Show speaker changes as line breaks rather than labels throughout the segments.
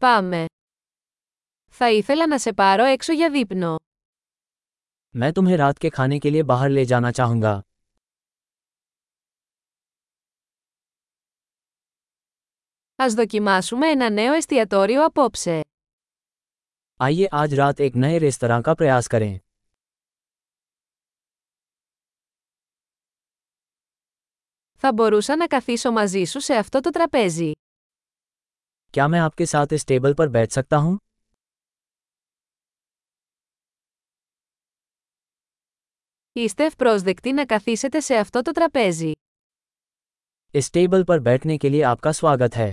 Πάμε. Θα ήθελα να σε πάρω έξω για δείπνο.
मैं तुम्हें रात के खाने के लिए बाहर ले जाना चाहूंगा
Ας δοκιμάσουμε ένα νέο εστιατόριο απόψε.
आइए आज रात एक नए रेस्तरां का प्रयास करें
Θα μπορούσα να καθίσω μαζί σου σε αυτό το τραπέζι.
क्या मैं आपके साथ इस टेबल पर बैठ सकता हूँ
Είστε ευπρόσδεκτοι να καθίσετε σε αυτό το τραπέζι.
इस टेबल पर बैठने के लिए आपका स्वागत है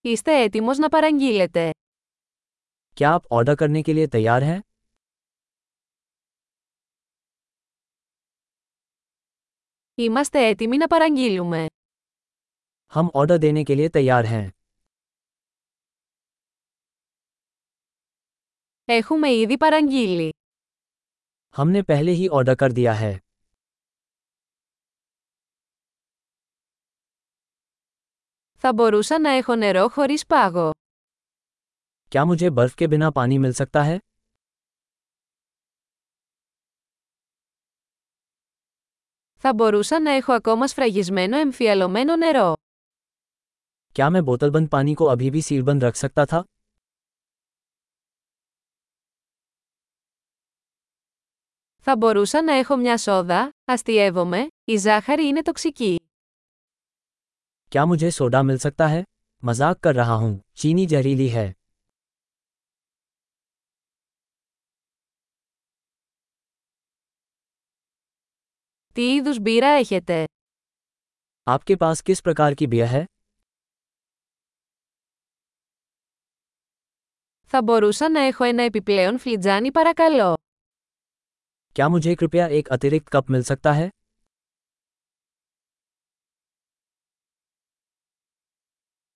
Είστε έτοιμος να παραγγείλετε.
क्या आप ऑर्डर करने के लिए तैयार हैं
Είμαστε έτοιμοι να παραγγείλουμε.
हम ऑर्डर देने के लिए तैयार हैं
Έχουμε ήδη παραγγείλει.
हमने पहले ही ऑर्डर कर दिया है
Θα μπορούσα να έχω νερό χωρίς πάγο.
क्या मुझे बर्फ के बिना पानी मिल सकता है
Θα μπορούσα να έχω ακόμα σφραγισμένο εμφιαλωμένο νερό.
क्या मैं बोतलबंद पानी को अभी भी सीलबंद रख सकता था
Θα μπορούσα να έχω μια σόδα, αστειεύομαι, η ζάχαρη είναι τοξική.
क्या मुझे सोडा मिल सकता है मजाक कर रहा हूँ चीनी जहरीली है
Τι είδους μπύρα έχετε.
आपके पास किस प्रकार की बियर है
Θα μπορούσα να έχω ένα επιπλέον φλιτζάνι παρακαλώ.
क्या मुझे कृपया एक अतिरिक्त कप मिल सकता है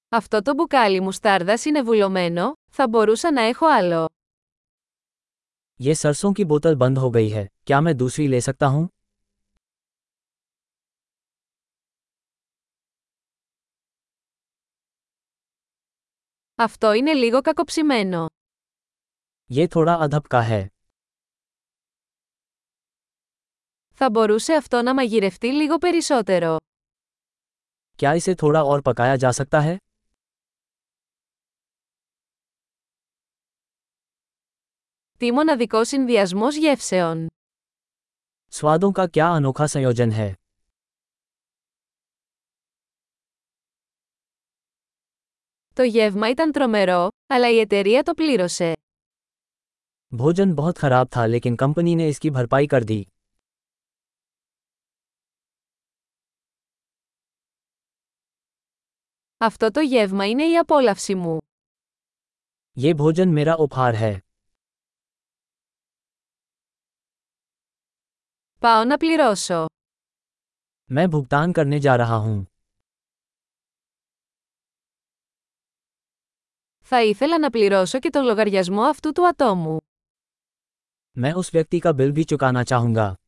Αυτό το μπουκάλι μουστάρδας είναι βουλωμένο, θα μπορούσα να έχω άλλο.
ये सरसों की बोतल बंद हो गई है क्या मैं दूसरी ले सकता हूँ
Αυτό είναι λίγο κακοψημένο.
ये थोड़ा अधब का है
Θα μπορούσε αυτό να μαγειρευτεί λίγο περισσότερο.
क्या इसे थोड़ा और पकाया जा सकता है
Τι μοναδικό συνδυασμός γεύσεων.
स्वादों का क्या अनोखा संयोजन है
Το γεύμα ήταν τρομερό, αλλά η εταιρεία το πλήρωσε.
भोजन बहुत खराब था लेकिन कंपनी ने इसकी भरपाई कर दी
Αυτό το γεύμα είναι η απόλαυση μου.
ये भोजन मेरा उपहार है
Πάω να πληρώσω.
मैं भुगतान करने जा रहा हूँ
Θα ήθελα να πληρώσω και τον λογαριασμό αυτού του ατόμου.
मैं उस व्यक्ति का बिल भी चुकाना चाहूंगा